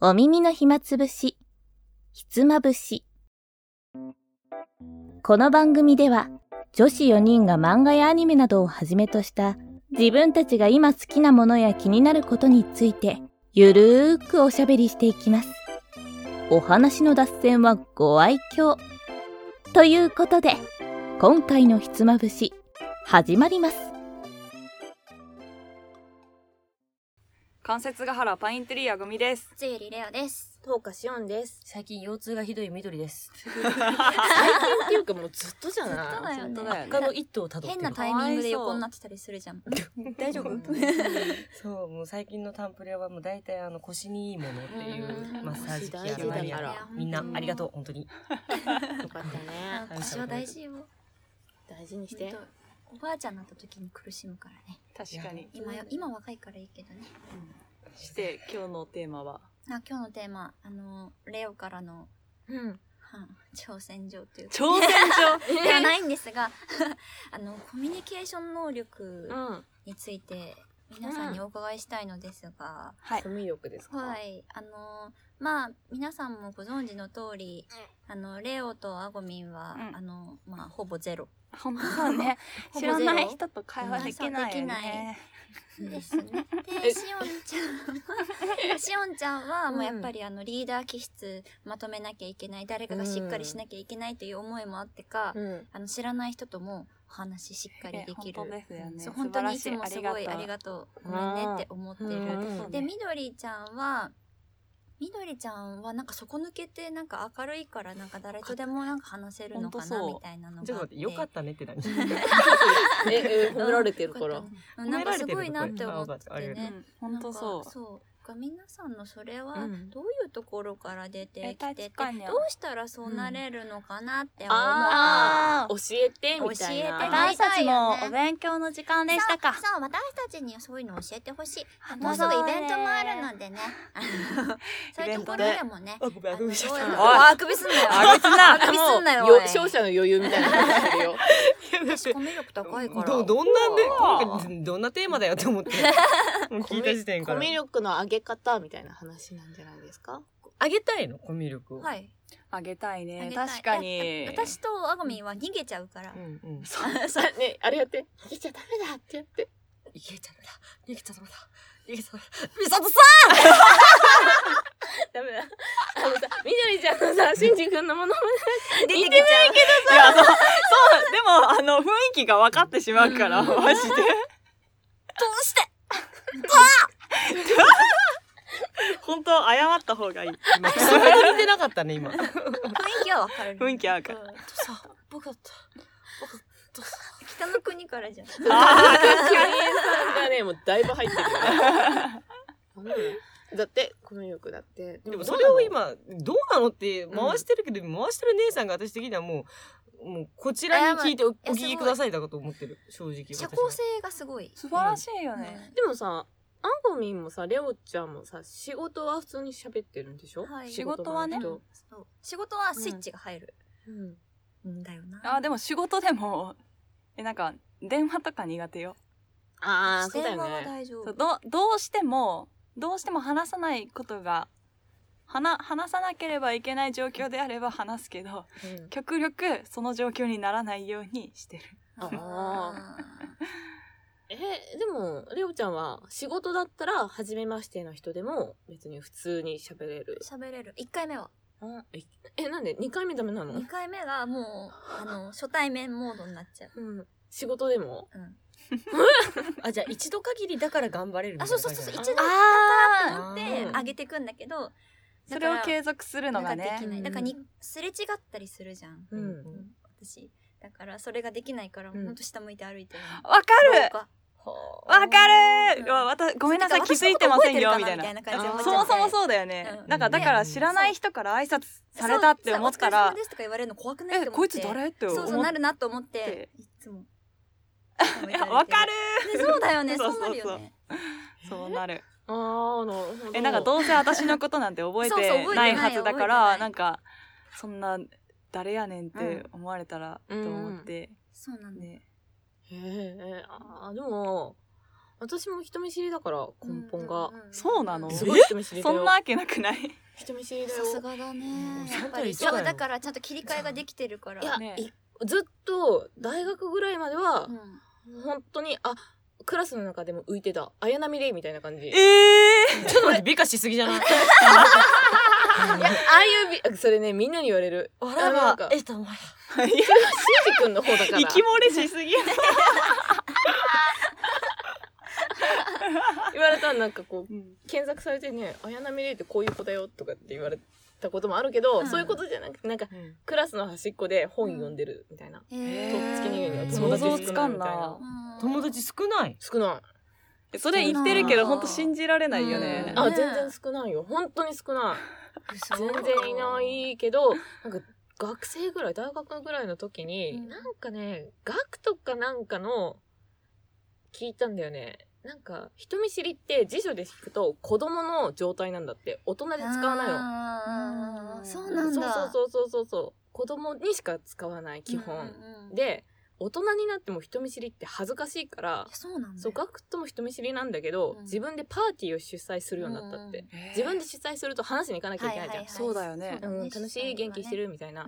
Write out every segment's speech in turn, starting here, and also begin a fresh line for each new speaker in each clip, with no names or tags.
お耳の暇つぶし、ひつまぶし。この番組では、女子4人が漫画やアニメなどをはじめとした、自分たちが今好きなものや気になることについて、ゆるーくおしゃべりしていきます。お話の脱線はご愛嬌。ということで、今回のひつまぶし、始まり ます。
関節が原パインテリア組です。
つゆりレオです。
トーカシオンです。
最近腰痛がひどい緑です。
最近っていうかもうずっとじゃ
だ
な
よ
本
ね
当だよ
他の一途をたどって
変
る
なタイミングで横になってたりするじゃん。大丈夫
うんそう、もう最近のタンプレはもう大体あの腰にいいものっていうマッサージ機
腰大事
や
だから
マリア。みんなありがとう、本当に。
い。よかった
あ
ね。
腰は大事よ。
大事にし
本
て。
当おばあちゃんになった時に苦しむからね。
確かに。
今よ今若いからいいけどね。
して、今日のテーマは、
あ今日のテーマあのレオからの、
うん。
は挑戦状というか
挑戦状
ではないんですが、あのコミュニケーション能力
うん。
について皆さんにお伺いしたいのですが。
はい。
コミュ力ですか。
はい、あのまあ皆さんもご存知の通り、あのレオとアゴミンは、
うん
あのまあほぼゼロ
本当だ ね。知
ほぼゼロ
らない人と会話できないよ
そうできない
ね。
ですね。でしおんちゃんしおんちゃんはもうやっぱりあのリーダー気質まとめなきゃいけない誰かがしっかりしなきゃいけないという思いもあってか、
うん。
あの知らない人ともお話ししっかりでき
本
る
当。ですよね。
そう本当にいつもすごいあり
と
がとうごめんねって思ってる。
うん
でみどりちゃんはみどりちゃんはなんか底抜けてなんか明るいからなんか誰とでもなんか話せる
ほん
のか
と
な
そう
みたいなのがあ
ちょっと待って、よかったねって何
え、うん褒められてるから。
うんなんかすごいなって思って
褒められてるとこ
う
ね
ん。本当
なん
そ
か
う。
そう皆さんのそれは
うん
どういうところから出てきてて、
え確かに
どうしたらそうなれるのかなって思った、
あ
あ
あ、教えてみた
教
い
えて
な。
な
私
私た
たち
ち
も
も
お
お
勉強の時間で
そう
したか。
そう私たちにはそういうの教えてほしいあ
そ
も
う
うすぐイベントもある のでねあのそういうところでもね
あ、ごめん、
あの
あ
どういう
ゃった
おいあくびすんなよ
あいつ な
あくびすんなよ
もう
おい
勝者の余裕みたいな感じしてるよ。
私コミュ力高いから
ど、どんなね、今回どんなテーマだよって思って。もう聞いた時点か
コ
ら
ミ。ュ力の上げ方みたいな話なんじゃないですか。
あげたいの、コミュ力を。
はい
あげたい
あげ
ね。
たい
確かに
いや。私とあごみんは逃げちゃうから
うんうん。
さ ね、あれやって。逃げちゃダメだってやって。
いけちゃダメだ。逃げちゃダメだ。逃げちゃダメだ。みさとさ
ダメだ。あのさ、みどりちゃんのさ、しんじくんのものま
出てきちゃう
いや、そう、そう、でも、あの、雰囲気が分かってしまうから、マジで。
どうして
本当謝った方がいい。
今、くそが出てなかったね、今。
雰囲気はわかる
雰囲気合うから。
僕だった。
北の国からじゃん
キュリエさん がね、もうだいぶ入ってるよね。だって、この欲だって。
でもそれを今どうなのって回してるけど、回してる姉さんが私的にはもうもうこちらに聞いてお
や
お聞きくださいだかと思ってる正直私
社
は
交性がすごい、
素晴らしいよね。
でもさ、アンゴミンもさ、レオちゃんもさ、仕事は普通に喋ってるんでしょ、
はい
仕事はね
仕事
そう仕事はスイッチが入る、
の人
うん、だよな
あでも仕事でもえなんか電話とか苦手よ
ああ、そうだ
電話
よ
は
ね。
大丈
そう
夫
どどうしてもどうしても話さないことが話話さなければいけない状況であれば話すけど
うん
極力その状況にならないようにしてる
あえ、でも、レオちゃんは仕事だったら、初めましての人でも別に普通に喋れる。
喋れる1回目は
ええ、なんで ?2 回目ダメなの
2回目がもうあの初対面モードになっちゃう
うん。仕事でも
うん、
あじゃあ一度限りだから頑張れるみた
あ
い
そ
な
うそうそうそう一
感
度
じ
だ
あ
っ
ー
て上げていくんだけど
それを
だから
継続するのが
なんかでき
ね
ない
うん
だからにすれ違ったりするじゃん、
う
うん
ん。
私だからそれができないから、
うん
ほんと下向いて歩いてる
わか
廊
る
下
わかる
うん
うわわたごめんなさい
て
気
か
づいてませんよ
私のこと
み
覚
た
え
い
てるか
な
みたいな感じ
そ
にな
も
っち
そ
ゃって
もそうだよね
うん
なんかだから知らない人から挨拶されたって思った
そう
ら
そうお疲れ様ですとか言われるの怖くない
え
と思って
こいつ誰って思
そう
っ
そうなるなと思っていつ も
わかる
でそうだよね
そ
そううな
そうそう
るよね
そうなる
ああ、なるほど。
えなんかどうせ私のことなんて覚え
そうそう
て
覚えて
な
ないい
はずだか
覚えてな
ら
い
なんかそんな誰やねんっ
う
て
ん
思われたらと思って
そうなんだ
ね
へえあーでも私も人見知りだから根本が、
そうなの
すごい人見知りだ
そ
よ
んなわけなくない
人見知りだ
さす
よ
がだ
う
ね
ん
やっぱり
そん
そう
なの一緒だ
だ
よ
からちゃんと切り替えができてるから
いや、
ね
いずっと大学ぐらいまでは
う、ん
本当にあクラスの中でも浮いてた綾波レイみたいな感じ
ええ
ちょっと待って、美化しすぎじゃない
いやああいうびそれねみんなに言われる
あら
あなん
ま
か、
えっと、お前。
ー、いや
シンジ君の方だか ら
生き漏れしすぎや
言われたらなんかこう検索されてね「綾波レイってこういう子だよ」とかって言われたこともあるけど、
うん
そういうことじゃなくてなんかクラスの端っこで本読んでるみたいな、
へ
とっ
ー
つきに言うには
そう
友達
想像
少
つ
な
か
いみ
ん
たいな
な
うん
友達少ない。
少ない
それ言ってるけ
う
ど
ん
本当信じられないよね
うん
あ、
ね
全然少ないよ本当に少ない
嘘
全然いないけどなんか学生ぐらい大学ぐらいの時に、
うん
なんかね学とかなんかの聞いたんだよねなんか人見知りって辞書で引くと子供の状態なんだって大人で使わない
あ
の
ーそう
そ
な
うん
だ
そうそうそうそう子供にしか使わない基本、
うんうん
で大人になっても人見知りって恥ずかしいから
いやそうなんだ
そうガクとも人見知りなんだけど、
うん
自分でパーティーを主催するようになったって、
うん
自分で主催すると話しに行かなきゃいけないじゃ
はいは
ん、
い
そうだよね
そう
うん、楽しい元気してるみたいな、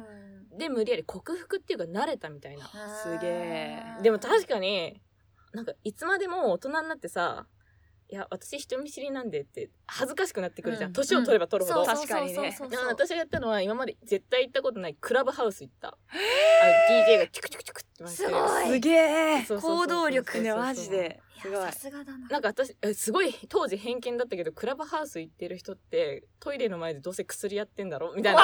うん
で無理やり克服っていうか慣れたみたいな
すげえ
あー
でも確かになんかいつまでも大人になってさいや私人見知りなんでって恥ずかしくなってくるじゃ
う
ん、
ん
年を取れば取るほど、
そう
確かにね
そうそう
だ
そう
から
そう
私がやったのは今まで絶対行ったことないクラブハウス行った、あの DJ がチュクチュクチュクって回してる
すごい
すげえ
そうそうそうそう
行動力ねマジで
い
すご
や
い
さすがだな
なんか私えすごい当時偏見だったけどクラブハウス行ってる人ってトイレの前でどうせ薬やってんだろみたいな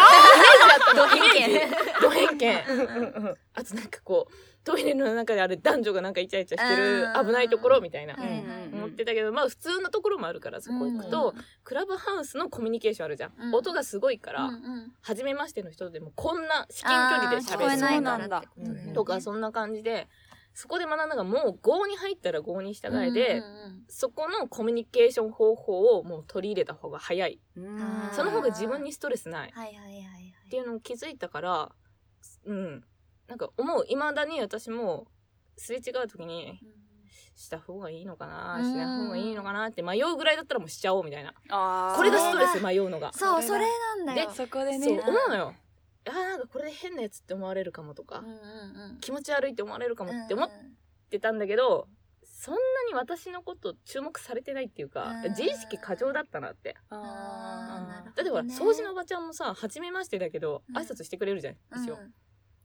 ド偏見
ド偏見
うんうん
あとなんかこうトイレの中であれ男女がなんかイチャイチャしてる
うん
危ないところみたいな
はいはいはい
思ってたけどまあ普通のところもあるからそこ行くと、クラブハウスのコミュニケーションあるじゃん、
うん
音がすごいから、
うんうん
初めましての人でもこんな至近距離で
あー聞こ
喋
え
る
ない
そうな
か
んだ
らってことだよね
とかそんな感じでそこで学んだのがもう郷に入ったら郷に従いで、
うんうんうん
そこのコミュニケーション方法をもう取り入れた方が早い
うん
その方が自分にストレスない
はいはいはいはい
っていうのを気づいたからうんなんか思ういまだに私もすれ違う時にした方がいいのかな
うん
しない方がいいのかなって迷うぐらいだったらもうしちゃおうみたいな
あー
これがストレス迷うのがそ
そうそ
そ
れ
れ
なんだよ
そこで
う
ね
思うのよあーなんかこれで変なやつって思われるかもとか、
うんうん
気持ち悪いって思われるか
う
も
ん
って思ってたんだけど、そんなに私のこと注目されてないっていうか、
うん
自意識過剰だったなって
あーなるほど
例えば
ね
掃除のおばちゃんもさ初めましてだけど
うん
挨拶してくれるじゃん一応、
うん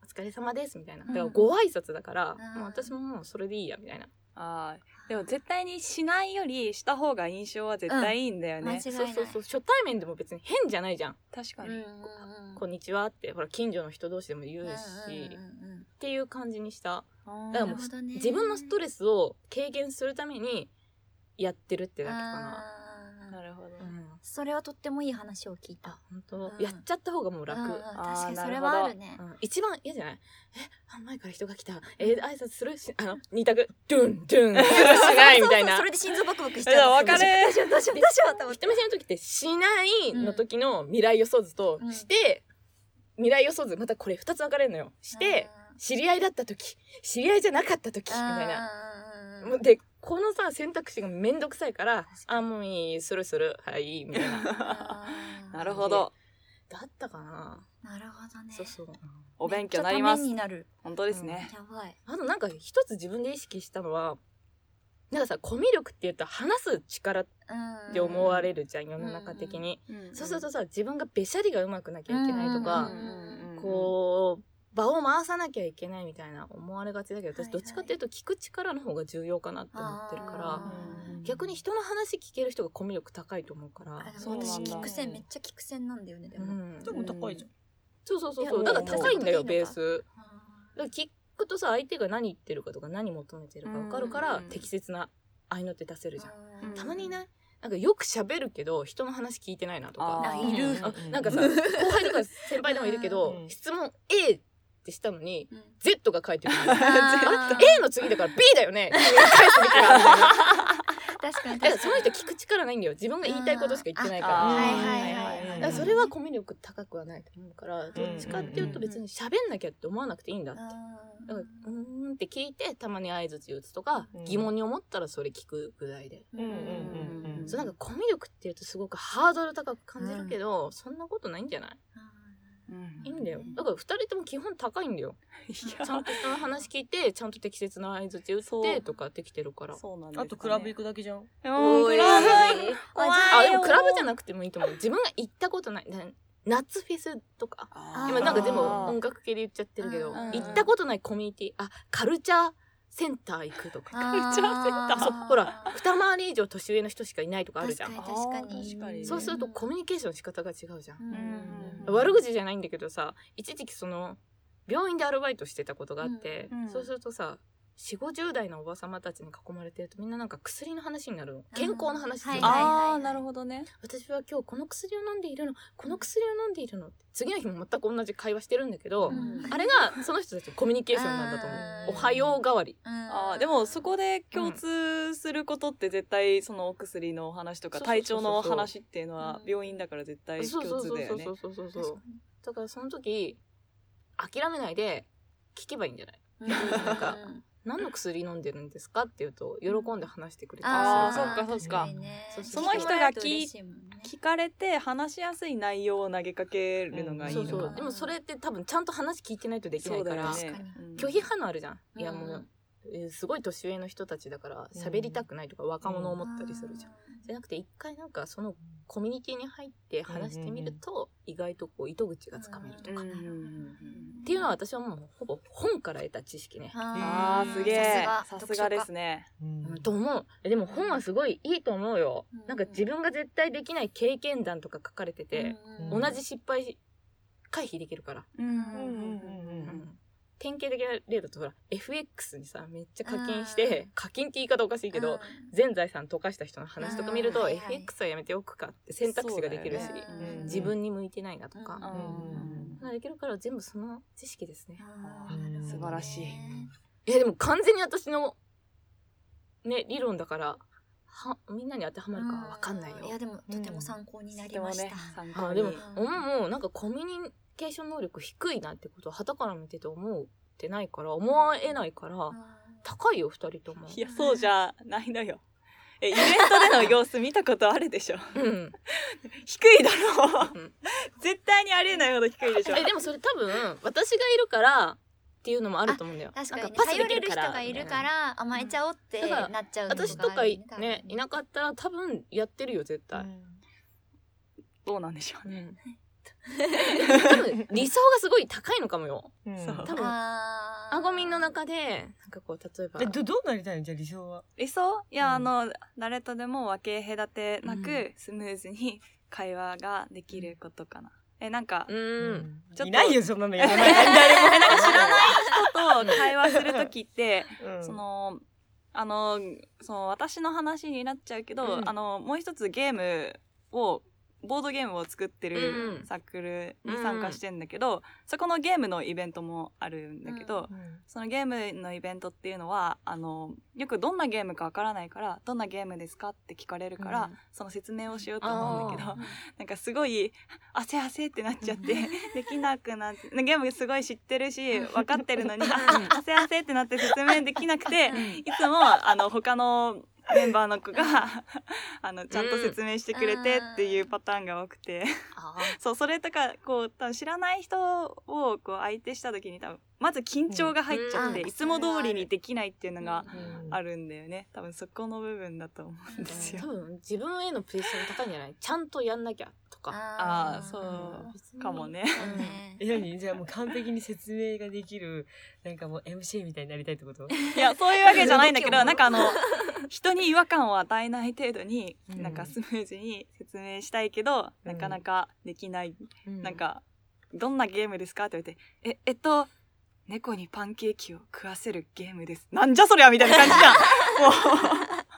お疲れ様ですみたいな。
うん
だからご挨拶だから、
ん
もう私ももうそれでいいやみたいな。
あーでも絶対にしないよりした方が印象は絶対いいんだよ
間違
ね
い
そ
な
う
い
そうそう初対面でも別に変じゃないじゃん。
確か
うんうん
に
うん
こんにちはってほら近所の人同士でも言うし、
うんうんうんうん
っていう感じにした。
あー
だから
なる
もう
ほどね
自分のストレスを軽減するためにやってるってだけかな。
あー
なるほど
うん、
それはとってもいい話を聞いた
あ本当、
うん
やっちゃった方がもう楽。
うん
う
うんん確かにそれ
あーなる
は
ほど
あるね
一番嫌じゃないえあ前から人が来たえ挨拶するしあの二択ドゥンド ゥンしないみたい
そうそうそう
な
それで心臓バクバクしち
いや
ゃう
わかる
どうしようどうしようどうしようと思っ
人見知りの時ってしないの時の未来予想図と
うん
して、未来予想図またこれ2つ分かれるのよして
て、
知り合いだった時知り合いじゃなかった時み
うん
たいな
うんうんうんうん
でこのさ選択肢がめんどくさいからあもういいするするはいみたい な
あ ー
なるほど
だったかな
なるほどね
そうそう
お勉強になりま
めっちゃため
す
になる
本当ですね
やばい
あとなんか一つ自分で意識したのはなんかさコミュ力って言うと話す力っ
うん
て思われるじゃん世の中的に、そうするとさ自分がべしゃりがうまくなきゃいけないとか、
うんうん
こう、場を回さなきゃいけないみたいな思われがちだけ
は
ど、
いは
私
い
どっちかっていうと聞く力の方が重要かなって思ってるから、
あー
うん
逆に人の話聞ける人がコミュ力高いと思うか
あ
ら。
で
そ
も
うなんだ
私聞く線めっちゃ聞く線なんだよねで
う
も、
ん
でも高いじゃん。
そうそうそう
い
そう。
や
だから高いんだよ、
もうもう
ベース。
あ
だから聞くとさ、相手が何言ってるかとか何求めてるかわかるから、
うん
適切な合いの手出せる
ー
じゃん。
うん
たまにいないなんかよく喋るけど、人の話聞いてないなとか。
あ
ーいる
あなんかさ、後輩とか先輩でもいるけど
う、ん
質問 A ってしたのに、
うん
Z が書いてる。あ
あ
れ A の次だから B だよね。返すべきだみたいな
確かに
だから
確
そ
か
の人聞く力ないんだよ。自分が言いたいことしか言ってないか
あー
ら。
あー
はいはいはいはい
だかからそれはコミュ力高くはないと思うから、どっちかっていうと別に喋んなきゃって思わなくていいんだって。だからうーんって聞いてたまに相づち打つとか、
うん
疑問に思ったらそれ聞くぐらいで、
うんうんうんうん
そうなんかコミュ力っていうとすごくハードル高く感じるけど、そんなことないんじゃないいいんだよだから2人とも基本高いんだよ
い
ちゃんと人の話聞いてちゃんと適切な相づち打っ
そう
てとかできてるから
やそうなんですかね
あとクラブ行くだけじゃん。
うん
お
ク
い
ラブ
怖い
あでもクラブじゃなくてもいいと思う自分が行ったことないな夏フェスとか
あー
今なんかでも音楽系で言っちゃってるけど
うんうん
うん
行ったことないコミュニティあカルチャーセンター行くとか
ルチャーセンター
そうほら二回り以上年上の人しかいないとかあるじゃん
確かに
あー確かに
そうするとコミュニケーションの仕方が違うじゃん、
うん
うん
悪口じゃないんだけどさ一時期その病院でアルバイトしてたことがあって、
うんうん
そうするとさ4 5 0代のおば様たちに囲まれてるとみんななんか薬の話になるの健康の話するの、
うんはいはい
あーなるほどね
私は今日この薬を飲んでいるのこの薬を飲んでいるのって次の日も全く同じ会話してるんだけど、
うん
あれがその人たちのコミュニケーションなんだと思う
あ
おはよう代わり
あーでもそこで共通することって絶対そのお薬のお話とか
そうそうそう
体調のお
そう
話っていうのは
うん
病院だから絶対
そう
共
そう
通
そう
だ
そ
よ
う
ね
そうそうそうそうだからその時諦めないで聞けばいいんじゃない何の薬飲んでるんですかって言うと喜んで話してくれたり
あー
する
そっかそっか
そう
その人が聞い
て
聞かれて話しやすい内容を投げかけるのがいいの
そう
か、
そ
な
うでもそれって多分ちゃんと話聞いてないとできないから、
そうだよ
確
ね
かに
うん
拒否派のあるじゃん、いや
うん
もう、えーすごい年上の人たちだから喋りたくないとか若者思ったりするじゃん、じゃなくて一回なんかそのコミュニティに入って話してみると意外とこう糸口がつかめるとか、
うん
っ
うんうん
ていうのは私はもうほぼ本から得た知識ね、
あーすげえさすがです
ね
ね
うんと思うえでも本はすごいいいと思うよ、
うん
なんか自分が絶対できない経験談とか書かれてて、
うん
同じ失敗回避できるから
うん
典型的な例だとほら FX にさめっちゃ課金して課金って言い方おかしいけど、全財産溶かした人の話とか見る
うん
と
はいはい
FX はやめておくかって選択肢ができるし、
そうだよね
うん
自分に向いてないなと
う
か、
ん
できるから全部その知識ですね。
素
晴らしい
いやでも完全に私のね理論だからはみんなに当てはまるかは分かんないよ。
いやでもとても参考になりまし
とてもね
た
参考に
あでも
う
おももなんかコミュニケーション能力低いなってことを旗から見てて思ってないから思えないから、高いよ二人とも。
いやそうじゃないのよえイベントでの様子見たことあるでしょ
うん、
低いだろう
うん
絶対にありえないほど低いでしょ
えでもそれ多分私がいるからっていうのもあると思うんだよ。
確か
な
に
ん
ね
パスで
頼
き
れる人
ら
がいるから甘えちゃおうってなっちゃうのがある
私とかいねいなかったら多分やってるよ絶対、
どうなんでしょうね
多分理想がすごい高いのかもよ
うん
多分
あー
アゴミンの中でなんかこう例えば
えどどうなりたいのじゃあ理想は。
理想いや、
うん
あの誰とでも分け隔てな
う
くスムーズに会話ができることかな、えなんか、
うーん
ちょっと
いないよそんなのやら
え
ない。
なんか知らない人と会話する時って、
うん
そのあのその私の話になっちゃうけど、
うん
あのもう一つゲームをボードゲームを作って
うんう
る
ん
サークルに参加してんだけど、そこのゲームのイベントもあるんだけど、
うん
そのゲームのイベントっていうのはあのよくどんなゲームかわからないからどんなゲームですかって聞かれるから、
うん
その説明をしようと思うんだけど
あー
なんかすごい汗汗ってなっちゃってできなくなってゲームすごい知ってるし分かってる のにあ汗汗ってなって説明できなくていつもあの他のメンバーの子が あのちゃんと説明してくれてっていうパターンが多くて。
あ
そうそれとかこう多分知らない人をこう相手した時に多分まず緊張が入っちゃって、
うん
いつも通りにできないっていうのが
うん
あるんだよね多分そこの部分だと思うんです
ー
よ
多。分自分へのプレッシャーが高いんじゃないちゃんとやんなきゃとか
あ
あ
あ
ー
そ
別
う
に
かもね。
そうね
え何じゃあもう完璧に説明ができるなんかもう MC みたいになりたいって こと？
いやそういうわけじゃないんだけ
動き
ど
を
なんかあの人に違和感を与えない程度に、
うん
なんかスムーズに説明したいけどなかなかできない、
うん
なんか「どんなゲームですか?」って言われて「ええっと猫にパンケーキを食わせるゲームです」なんじゃそりゃみたいな感じじゃん。もう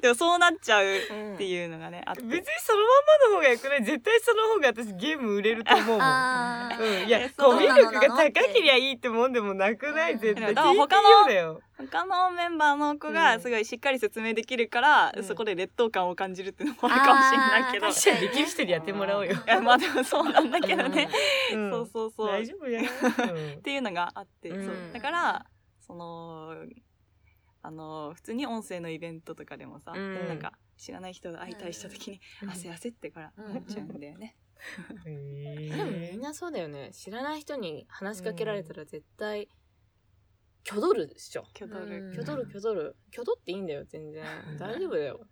でもそうなっちゃうっ
うん
ていうのがねあって
別にそのまんまの方がよくない絶対その方が私ゲーム売れると思うもん。
あー
うん、い
え
や
そう
コミュ力が高けりゃいいってもんでもなくな
う
い
ん
絶対
でも
TPO
他の
だよ
他のメンバーの子
う
が
ん
すごいしっかり説明できるから、
うん
そこで劣等感を感じるっていうのもあるかもしれないけど
あ
い
ー確
じゃあできる人にやってもらおうよ、
やまあでもそうなんだけどね、
うん
そうそうそう
大丈夫やな、うん
っていうのがあって、
うん
そうだからそのあの普通に音声のイベントとかでもさ、
うん
なんか知らない人と相対した時に、汗汗ってから
うん
なっちゃうんだよね。
へ
でもみんなそうだよね知らない人に話しかけられたら絶対きょどるでしょ
挙動
うん
きょどるきょどるきょどっていいんだよ全然大丈夫だよっ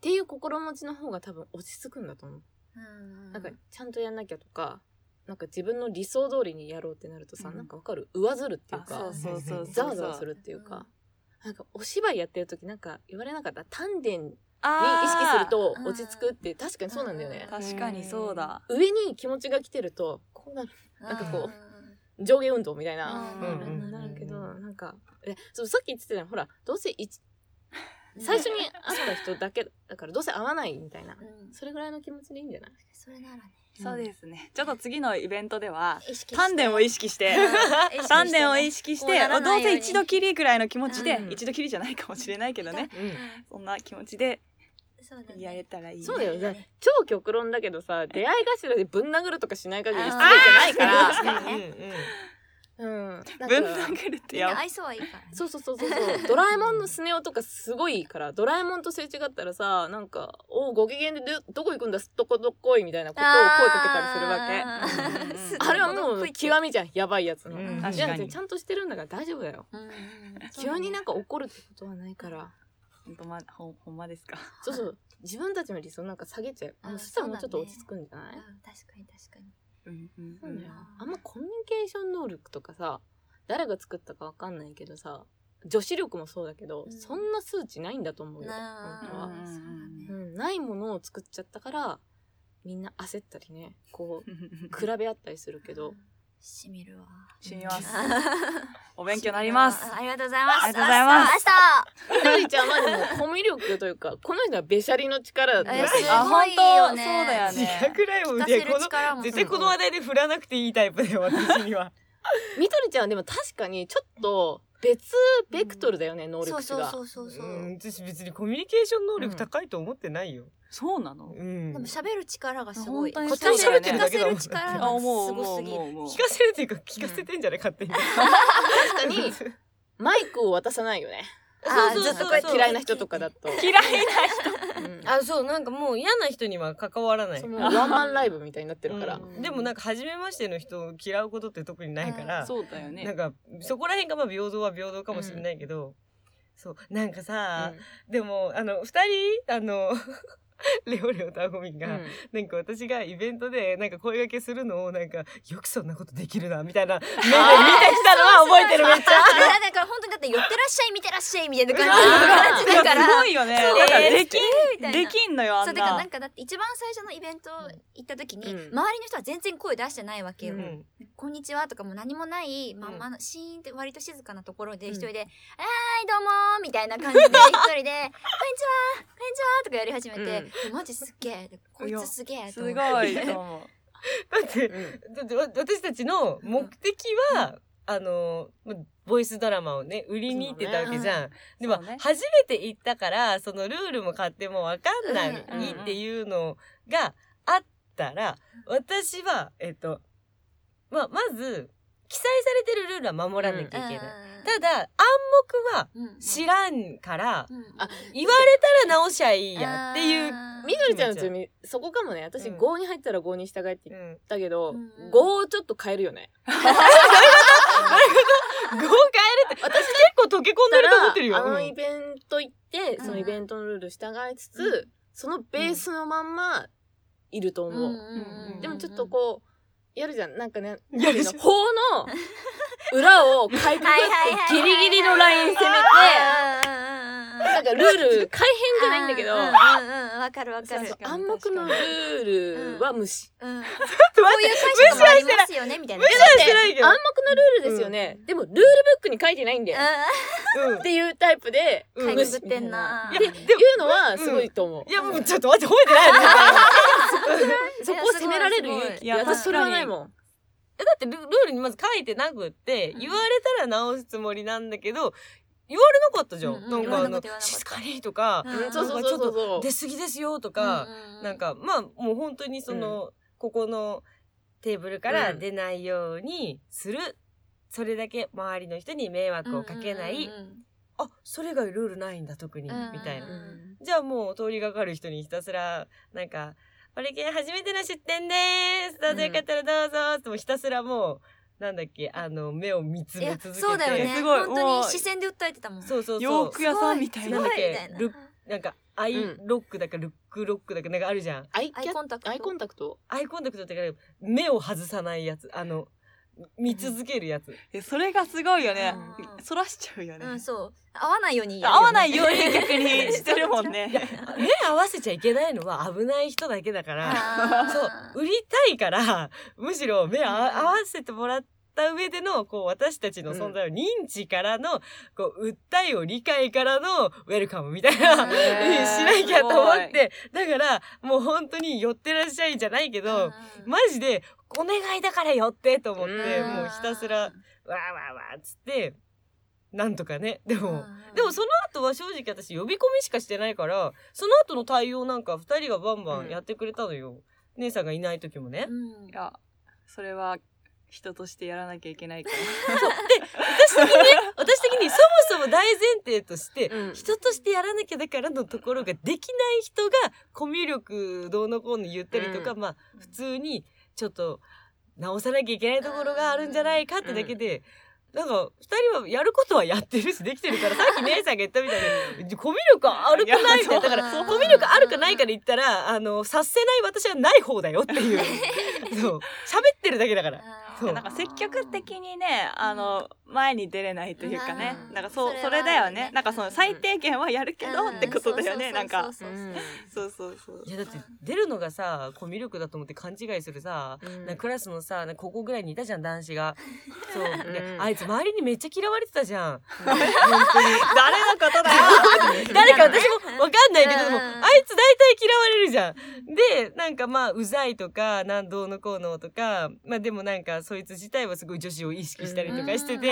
ていう心持ちの方が多分落ち着くんだと思う
うん
なんかちゃんとやんなきゃとかなんか自分の理想通りにやろうってなるとさ、
うん
なんかわかる上ずるっていう
あそ
か
うそうそうそう
ざわざわするっていうか、なんかお芝居やってる時なんか言われなかった丹田に意識すると落ち着くって確かにそうなんだよね
う、
確かにそうだ。
上に気持ちが来てるとこうなるなんかこ上下運動みたいな、
うんうんうん
なるけどなんかえそうさっき言ってたよほらどうせ一最初に会った人だけだからどうせ会わないみたいな
うん
それぐらいの気持ちでいいんじゃない
それならね
そうですね。ちょっと次のイベントでは
意識
丹田を意識して。 丹田を意識して、
こうな
ど
らな
う
いよう
せ
に
一度きりぐらいの気持ちで、
うん
一度きりじゃないかもしれないけどね、
うん
そんな気持ちで
そうだね
やれたらいいね。
そうだよ
ね
ね。超極論だけどさ、出会い頭でぶん殴るとかしない限り
あー
失礼じゃないか
確かに
うん
ね
ら。うん。なん
ぶん
か
殴るって
みん
や
な
ばい。
愛想はいいからね
そうそうそうそうそう。ドラえもんのスネ夫とかすごいいいから、ドラえもんとすれ違ったらさ、なんか、おうご機嫌でどどこ行くんだすっとこどっこいみたいなことを声かけたりするわけ。
あー
うん
すごい
あれはもう極みじゃん。やばいやつの。
うん
確
じゃ
か
なくて
に
ち。ゃんとしてるんだから大丈夫だよ。
うんうんうんそうだね
急になんか怒るってことはないから。
ほんとま、ほん、ほんまですか。
そうそう。自分たちの理想なんか下げちゃ
あ
う。もうそしたらもうちょっと
そうだ
落
ね
ち着くんじゃない
うん確かに確かに
うん、うん、
そうだよ
うん
あんまコミュニケーション能力とかさ誰が作ったかわかんないけどさ女子力もそうだけど、
うん
そんな数値ないんだと思うよ
なあ
本当は、
そうだね
うん、ないものを作っちゃったからみんな焦ったりねこう比べ合ったりするけど、
しみるわ
しみます。お勉強になります。
ありがとうございます
ありがとうございます
みどりちゃんはでもコミュ力というかこの人はべしゃりの力だ
え
よ
すごい
あ、
よ
ほん
ね
と、そうだよ
時間
ね。
くらいも
明日
でこ
聞かせる
の
力も
絶対この話題で振らなくていいタイプだよ私には
みどりちゃんはでも確かにちょっと別ベクトルだよね、能力
そ
が
うそうそうそうそううん
私別にコミュニケーション能力高いと思ってないよ
そうなの
う
で
ん
も喋る力がすごい
本当
こ
に
っちも
そうだよね
喋ってるだけだもん
聞かせる力
あ、思う、
す
思
ご
う、
すぎる
思う、思う
聞。かせるっていうか聞かせてんじゃない勝手に
確か に マイクを渡さないよね
あー
そうそうそう
なんか嫌いな人とかだと、
嫌いな
うん
あそうなんかもう嫌な人には関わらない
そのワンマンライブみたいになってるから、
うんでもなんか初めましての人を嫌うことって特にないか
う
ら
人。そうだよ
な
ね
ん。かそこら辺がまあ平等は平等かもしれないけど、そうなんかさ、でもあの2人あの レオレオとアゴミン
う
が、
ん
なんか私がイベントでなんか声掛けするのをなんかよくそんなことできるなみたいな目で見てきたのは 覚えてるめっちゃ。
あれだから本当にだって寄ってらっしゃい見てらっしゃいみたいな感じ
い
だ
や
か
す
ら
ごいよね。
そう
なんか
えー
でき
みた
ん、
い
で
な
きんのよ、あ
そうんだからな。
なん
かだって一番最初のイベント行った時に、
うん
周りの人は全然声出してないわけよ、
うん
こんにちはとかも何もないまんまの、シーンって割と静かなところで一人で「はーいどうもー」みたいな感じで一人で「こんにちはこんにちは」とかやり始めて、マジすっげえこいつすげえ
す
と思
ご
っ
い
て
と思
だって
うん
だってわ私たちの目的は、あのまボイスドラマをね売りに行ってたわけじゃん、でも、
そうね
初めて行ったからそのルールも買ってもわかんない
うん
っていうのがあったら私はえっとまあまず記載されてるルールは守らなきゃいけない、ただ暗黙は
うんうん
知らんから
うんうん
あ
言われたら直しゃいいやっていう、
あー
みどりちゃんの強みそこかもね私
うん
5に入ったら5に従えって
う
言っ
ん、
たけど、
うんうん
5をちょっと変えるよね
豪快で私結構溶け込んでると思ってるよ。
あ
う
の
ん
イベント行って、
うん
そのイベントのルール従いつつ、
う
そのベースのまんまいると
うん
思
う
う、
んうんうん
でもちょっとこうやるじゃんなんかね
やるじゃん
法の 裏をかいくぐってギリギリのライン攻めて
うんうんうんうん
なんかルール改変じゃないんだけど
うんうんうんわかるわか
そう
る
そう
確かに
暗黙のルールは無視
うんこ
と
う
待
い
っ
う
て
解釈もありますよねみたいな
無視はしてないけど
暗黙のルールですよねでもルールブックに書いてないんだよ
うん
っていうタイプで
うん
うん
い
か
や
いくぐってんな
っていうのはすごいと思う
いやもうちょっと待って褒めてない の
そこを責められる勇気
いやすごい
私それはないもん
えだってルルールにまず書いてなくって言われたら直すつもりなんだけど言われなかったじゃん、
うんうん
なん
言わ
かあ
れなかった
の
言わなかった
静かにとか
うん
そうそうそうそうそう
出過ぎですよとか、なん
か
かまあもう本当にその、ここのテーブルから出ないようにする、それだけ周りの人に迷惑をかけない、あそれ以外ルールないんだ特に、みたいな
う。ん
じゃあもう通りがかる人にひたすらなんか「これ系初めての出店でーすどうぞよかったらどうぞ」ってもうひたすらもうなんだっけあの目を見つ
い
め
や
続けて
そうだよね
すごい
本当に視線で訴えてたもん
そうそうそ
洋
う
服屋さんみたい
す
な
ごい
ん
み
だった
い
け
な
ルなんかアイ
う
ロックだかルックロックだかなんかあるじゃん
アイ
ア
キ
イ
ャ
コンタクト
アイコンタクト
アイコンタクトってか目を外さないやつあの見続けるやつ
えそれがすごいよね
うん
そらしちゃうよね
うんそう合わないようにやるよ
合
ね
わないように逆にしてるもんね
目合わせちゃいけないのは危ない人だけだか ら
あー
そう売りたいから むしろ目あ合わせてもらった上でのこう私たちの存在を認知からのこう訴えを理解からのウェルカムみたいな、
うん
しなきゃと思ってだからもう本当に寄ってらっしゃいじゃないけど、
うん
マジでお願いだから寄ってと思って、
うん
もうひたすらわーわーわーっつってなんとかねで
うん
も。でもその後は正直私呼び込みしかしてないからその後の対応なんか2人がバンバンやってくれたのよ、姉さんがいない時もね、
うん
いやそれは人としてやらなきゃいけないから
私的にね私的にそもそも大前提として、
うん
人としてやらなきゃだからのところができない人がコミュ力どうのこうの言ったりとか、
うん
まあ普通にちょっと直さなきゃいけないところがあるんじゃないかってだけで、なんか2人はやることはやってるしできてるからさっき姉さんが言ったみたいにコミュ力あるくないみたいなだから
そう
コミュ力あるかないかで言ったらあの察せない私はない方だよって いうそう喋ってるだけだから。そう
なんか積極的にねあの前に出れないというかね
うん
なんかそう
そ
そ
れはあるね
れだよねなんかその最低限はやるけど
うん
ってことだよねなんか
そうそうそうそう
そうそうそう
いやだって出るのがさコミュ力だと思って勘違いするさ、なん かクラスのさなんか高校ぐらいにいたじゃん男子がそうで、
うん
あいつ周りにめっちゃ嫌われてたじゃん
誰のことだよ
誰か私もわかんないけどでも
うん
あいつ大体嫌われるじゃんでなんかまあうざいとかなんどうのこうのとかまあでもなんかそいつ自体はすごい女子を意識したりとかしてて、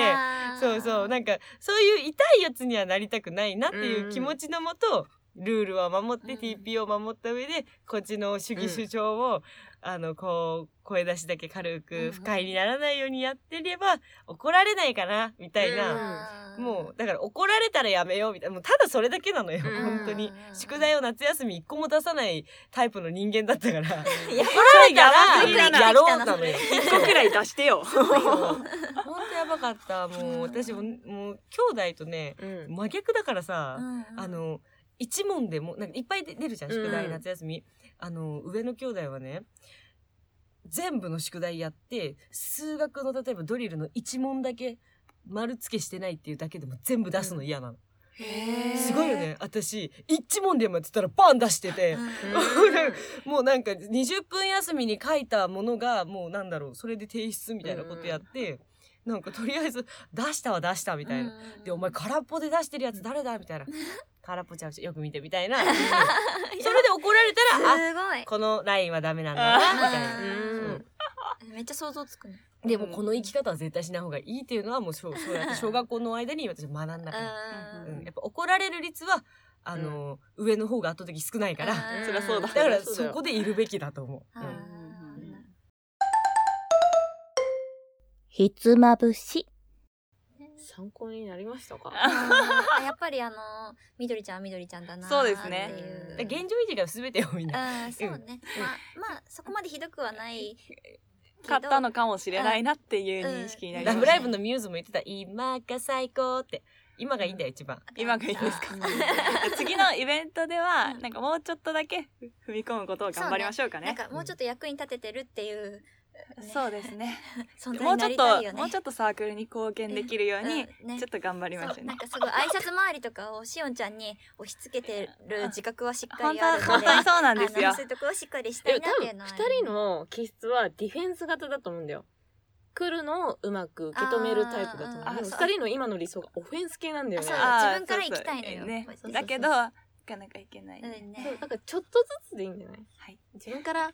そうそうなんかそういう痛いやつにはなりたくないなっていう気持ちのもと、ルールは守って
うん
TP を守った上でこっちの主義主張を、あのこう声出しだけ軽
うん
く不快にならないようにやってれば怒られないかなみたいな、もうだから怒られたらやめようみたいなもうただそれだけなのよ、
うん
本当に。宿題を夏休み一個も出さないタイプの人間だったから怒ら
や
れた
よく生きてきた
ら
な
やろうなのよ。
一個くらい出してよ
本当やばかったもう私ももう兄弟とね
うん
真逆だからさ、あ
あ
の一問でもなんかいっぱい出るじゃん宿題、
うん
夏休みあの上の兄弟はね全部の宿題やって数学の例えばドリルの一問だけ丸付けしてないっていうだけでも全部出すの嫌なの、すごいよね私一問でもやってたらバン出してて、もうなんか20分休みに書いたものがもうなんだろうそれで提出みたいなことやって、なんかとりあえず出したは出した み
み
たいな、でお前空っぽで出してるやつ誰だみたいな空っぽちゃうしよく見てみたいなそれで怒られたらあ
すごい
このラインはダメなんだなみたいな。
うん
めっちゃ想像つくね
でもこの生き方は絶対しない方がいいっていうのはもう小小学小学校の間に私は学んだから、
ん
うんやっぱ怒られる率はあの、上の方が圧倒的に少ないから、
そりゃそうだ
だから
そうだ
そ
よ
こでいるべきだと思う。うん
ひつまぶし。
参考になりましたか
やっぱりあのみどりちゃんはみどりちゃんだな
だから現状維持が全てよみんな。
うん、そうね。まあ、まあ、そこまでひどくはない。
買ったのかもしれないなっていう認識になりま
ラ
し
ブ
た
ライブのミューズも言ってた今が最高って今がいいんだよ一番。
今がいいですか次のイベントではなんかもうちょっとだけ踏み込むことを頑張りましょうか
な
ね
んか、もうちょっと役に立ててるっていう
そうですね。
存在
も
に
うち
な
ょっ
りたいよ
と、
ね
もうちょっとサークルに貢献できるように、
うんね
ちょっと頑張りまし
そ
ょう
うな
ね
ん。かすごい挨拶回りとかをしおんちゃんに押し付けてる自覚はしっか
本
り
当
あ
は、
るの
本
で
当はそうなんです
あ
よ
のそう。いうところをしっかりした
で
い
も
なっ
多
てい
分
うのは
2人の気質はディフェンス型だと思うんだよ来るのをうまく受け止めるタイプだと思う
あー
でも
そう
2人の今の理想がオフェンス系なんだよね
あそう
あ
あー
自分から行きたいの
そう
よ
そうね
こうやって
だけど、なかなかいけない、
う
ね
ん
ーそう
ね
だからちょっとずつでいいんじゃない
はい。
自分から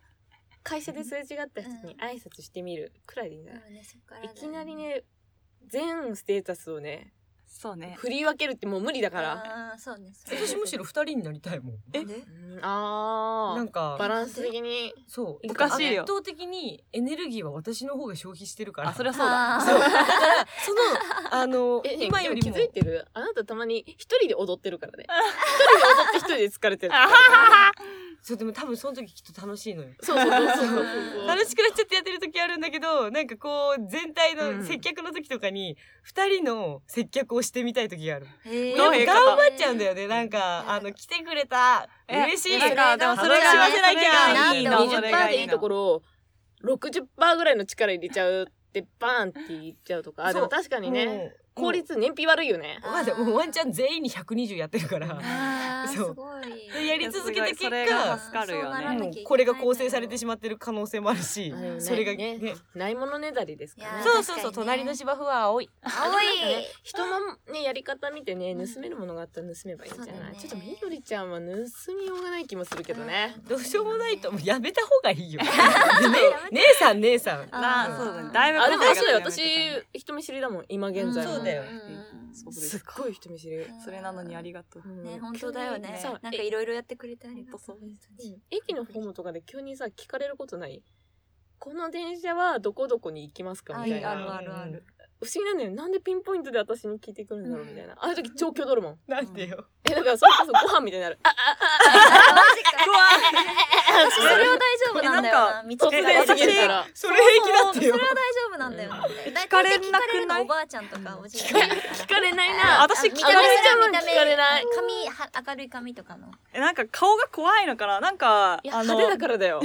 会社ですれ違った人に挨拶してみるくらいでいいんじゃない、
うんねそっからだ
い
よ
きなりね全ステータスをね
そうね。
振り分けるってもう無理だから、
あーそうねそうね
私むしろ二人になりたいもん。
なんで
うんあ
な
ー
んか
バランス的に
そう
おかしいよ
圧倒的にエネルギーは私の方が消費してるから
あ、それはそうだ。
あー
そうだからその あの
え、ね、
今より
で
も
気づいてるあなたたまに一人で踊ってるからね一人で踊って一人で疲れてる
あははは
そうでも多分その時きっと楽しいのよ
そうそうそうそうそうそう
楽しくなっちゃってやってる時あるんだけどなんかこう全体
うん
の接客の時とかに二人の接客をしてみたい時がある、
へー
どういうこと
頑張っちゃうんだよねなんかあの来てくれた
え
嬉しい
なんかでもそれが
幸
ね
せなきゃ
それがいいなって思
そ
20%
れが
でいいとこ
ろ。
ろを60%ぐらいの力入れちゃうってバーンっていっちゃうとかあで
そ
も
う
確かに
も
ね
う
効率燃費悪いよね
もう待ってもうワンちゃん全員に120やってるから
あーす
そう
ごい
でやり続けた結
それが
果
助かる
そう
よ
ならな
ね。
きゃ
も
いうけない
これが構成されてしまってる可能性もあるし
う
あ
ん
でもね
それが
ね
ね
ないものねだりですか
いや
ら
ー
ね
そうそうそ
確
う、
かにね
隣の芝生は青い
青い
人のねやり方見てね
うん
盗めるものがあったら盗めばいいんじゃ
そうだ
ない
ね
ちょっとみどりちゃんは盗みようがない気もするけどね
どうしようもないともうやめた方がいいよ ね姉さん姉さん
な
あー
そうだね。だいぶ
あでも確かに
個性が
私
強めて
人見知りだもん今現在
そ
も
うだよ
ん
そうです
すっごい人見知り
たねそれなのにありがとう。
ね本当だよね
そう
なんかいろいろやってくれてありがとう
ほんとそう
駅のホームとかで急にさ聞かれることないこの電車はどこどこに行きますか
あ
みた
い
い
いあ
な
るあるある
不思議なんだよねなんでピンポイントで私に聞いてくるんだろうみたいな、あの時超挙取るもん
なんでよ
えだからそれこそご飯みたいになるあ
それは大丈夫なんだよな
え
道
突
が
え
然すぎるか
え
ら
それ平気だっ
そ
て
れ
よ
は大丈夫なんだよな
か
大体
れなくない
聞かれるのおばあちゃんとかおじいちゃんとか
聞かれない
あ
な
私聞
見
かれ
た目すら
あ
見た
見た
目
目聞かれない
髪は明るい髪とかの
えなんか顔が怖いのかななんか、
いや
あ
派
の
手、だからだよ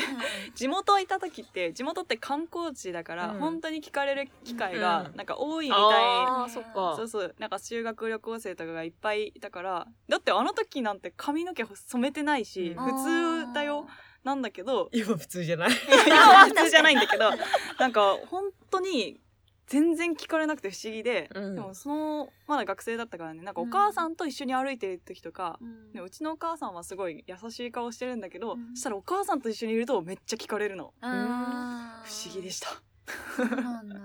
地元いた時って、地元って観光地だから、
うん
本当に聞かれる機会が
う、ん
なんか多いみたい。
あーそっか
そうそう。なんか修学旅行生とかがいっぱいいたから、だってあの時なんて髪の毛染めてないし、
うん
普通だよ。なんだけど、
今普通じゃない
今は普通じゃないんだけ ど、なんか本当に全然聞かれなくて不思議で、
うん
でもその、まだ学生だったからね、なんかお母さんと一緒に歩いてる時とか、でうちのお母さんはすごい優しい顔してるんだけど、
うん
そしたらお母さんと一緒にいるとめっちゃ聞かれるの不
不
思議でした
そうなんだ。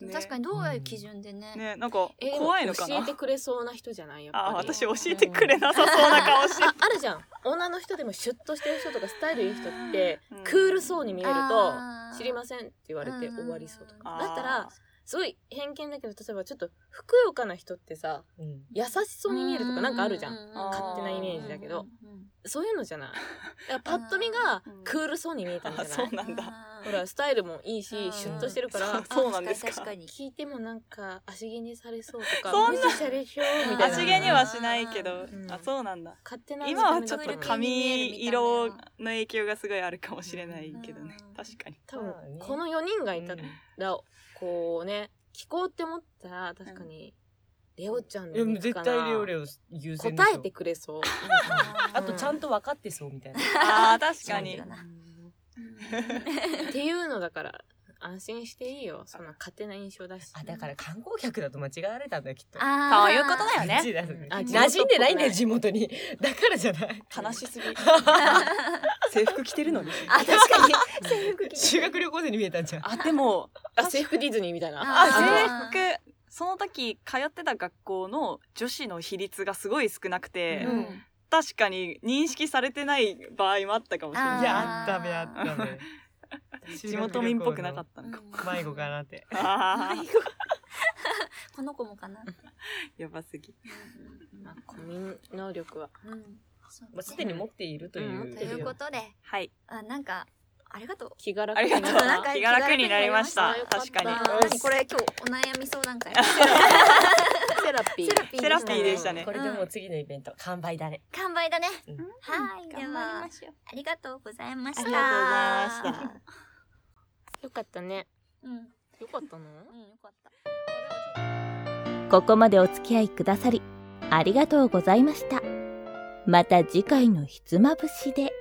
でも確かにどういう基準でね。
ねなんか
え
怖いのか
教え
な
てくれそうな人じゃないやっぱり
あ私教えてくれなさそうな顔して
ああるじゃん女の人でもシュッとしてる人とかスタイルいい人って、
うん
クールそうに見えると「知りま
せ
せん」って言われて
うん
終わりそうとか、
あー
だったらすごい偏見だけど例えばちょっとふくよかな人ってさ
うん
優しそうに見えるとかなんかあるじゃん、
勝手なイメージ
だけど。そういうのじゃないだからパッと見が
うん
クールそうに見えたんじ
あ
ゃない、
そうなんだ
ほらスタイルもいいし、
うん
シュッとしてるから
そうそうなんですか
確かに。
聞いてもなんか足毛にされそうとか
そんな
無視されひょうみたいな
足毛にはしないけど、
うん
あそうなんだ
勝手な
今はちょっと
髪
髪色の影響がすごいあるかもしれないけどね、
うん
確かに
多分この4人がいたらこうね聞こうって思ったら確かにレオちゃん
いやもう
の
絶
かな
対レオレオ優先でしょ
答えてくれそう
あとちゃんと分かってそうみたいな
あー確かに
そうだな
っていうのだから安心していいよそんな勝手な印象だし
あだから観光客だと間違われたんだよきっと
あ
そういうことだよね
こっちだとね
あ
馴染んでないんだよ地元にだからじゃない
悲しす ぎ制服着てるのに
あ、確かに。
制服
修学旅行生に見えたんじゃん
あでも
あ制服ディズニーみたいな
あー
あ制服その時通ってた学校の女子の比率がすごい少なくて、
うん
確かに認識されてない場合もあったかもしれ
あ
い
ない
やあったべあったべ
地元民っぽくなかったのか、
うん
迷子かなって
あー
この子もかな。
やばすぎ
まあコミュ能力は
うんそうね
まあすでに持っていると
うん
い
持っ
う
て
と
る
いう
よ
ことで、
はい
あ、なんか、ありがとう。
気が楽
ありがとう
なんか
気が楽になりました
気が楽になりま
確
し
かに
あー
た
何これ今日お悩み相談会。
セラピー
セラピー
セラピーでしたね
これでもう次のイベント完売だね
完売だね。
うん
はい、で
頑張り
は
ましょう
ありがとうございました。
ありがとうございました
よ
か
かった
ったね。
うん
よかったの
うんよかった
ここまでお付き合いくださり、ありがとうございました。また次回のひつまぶしで。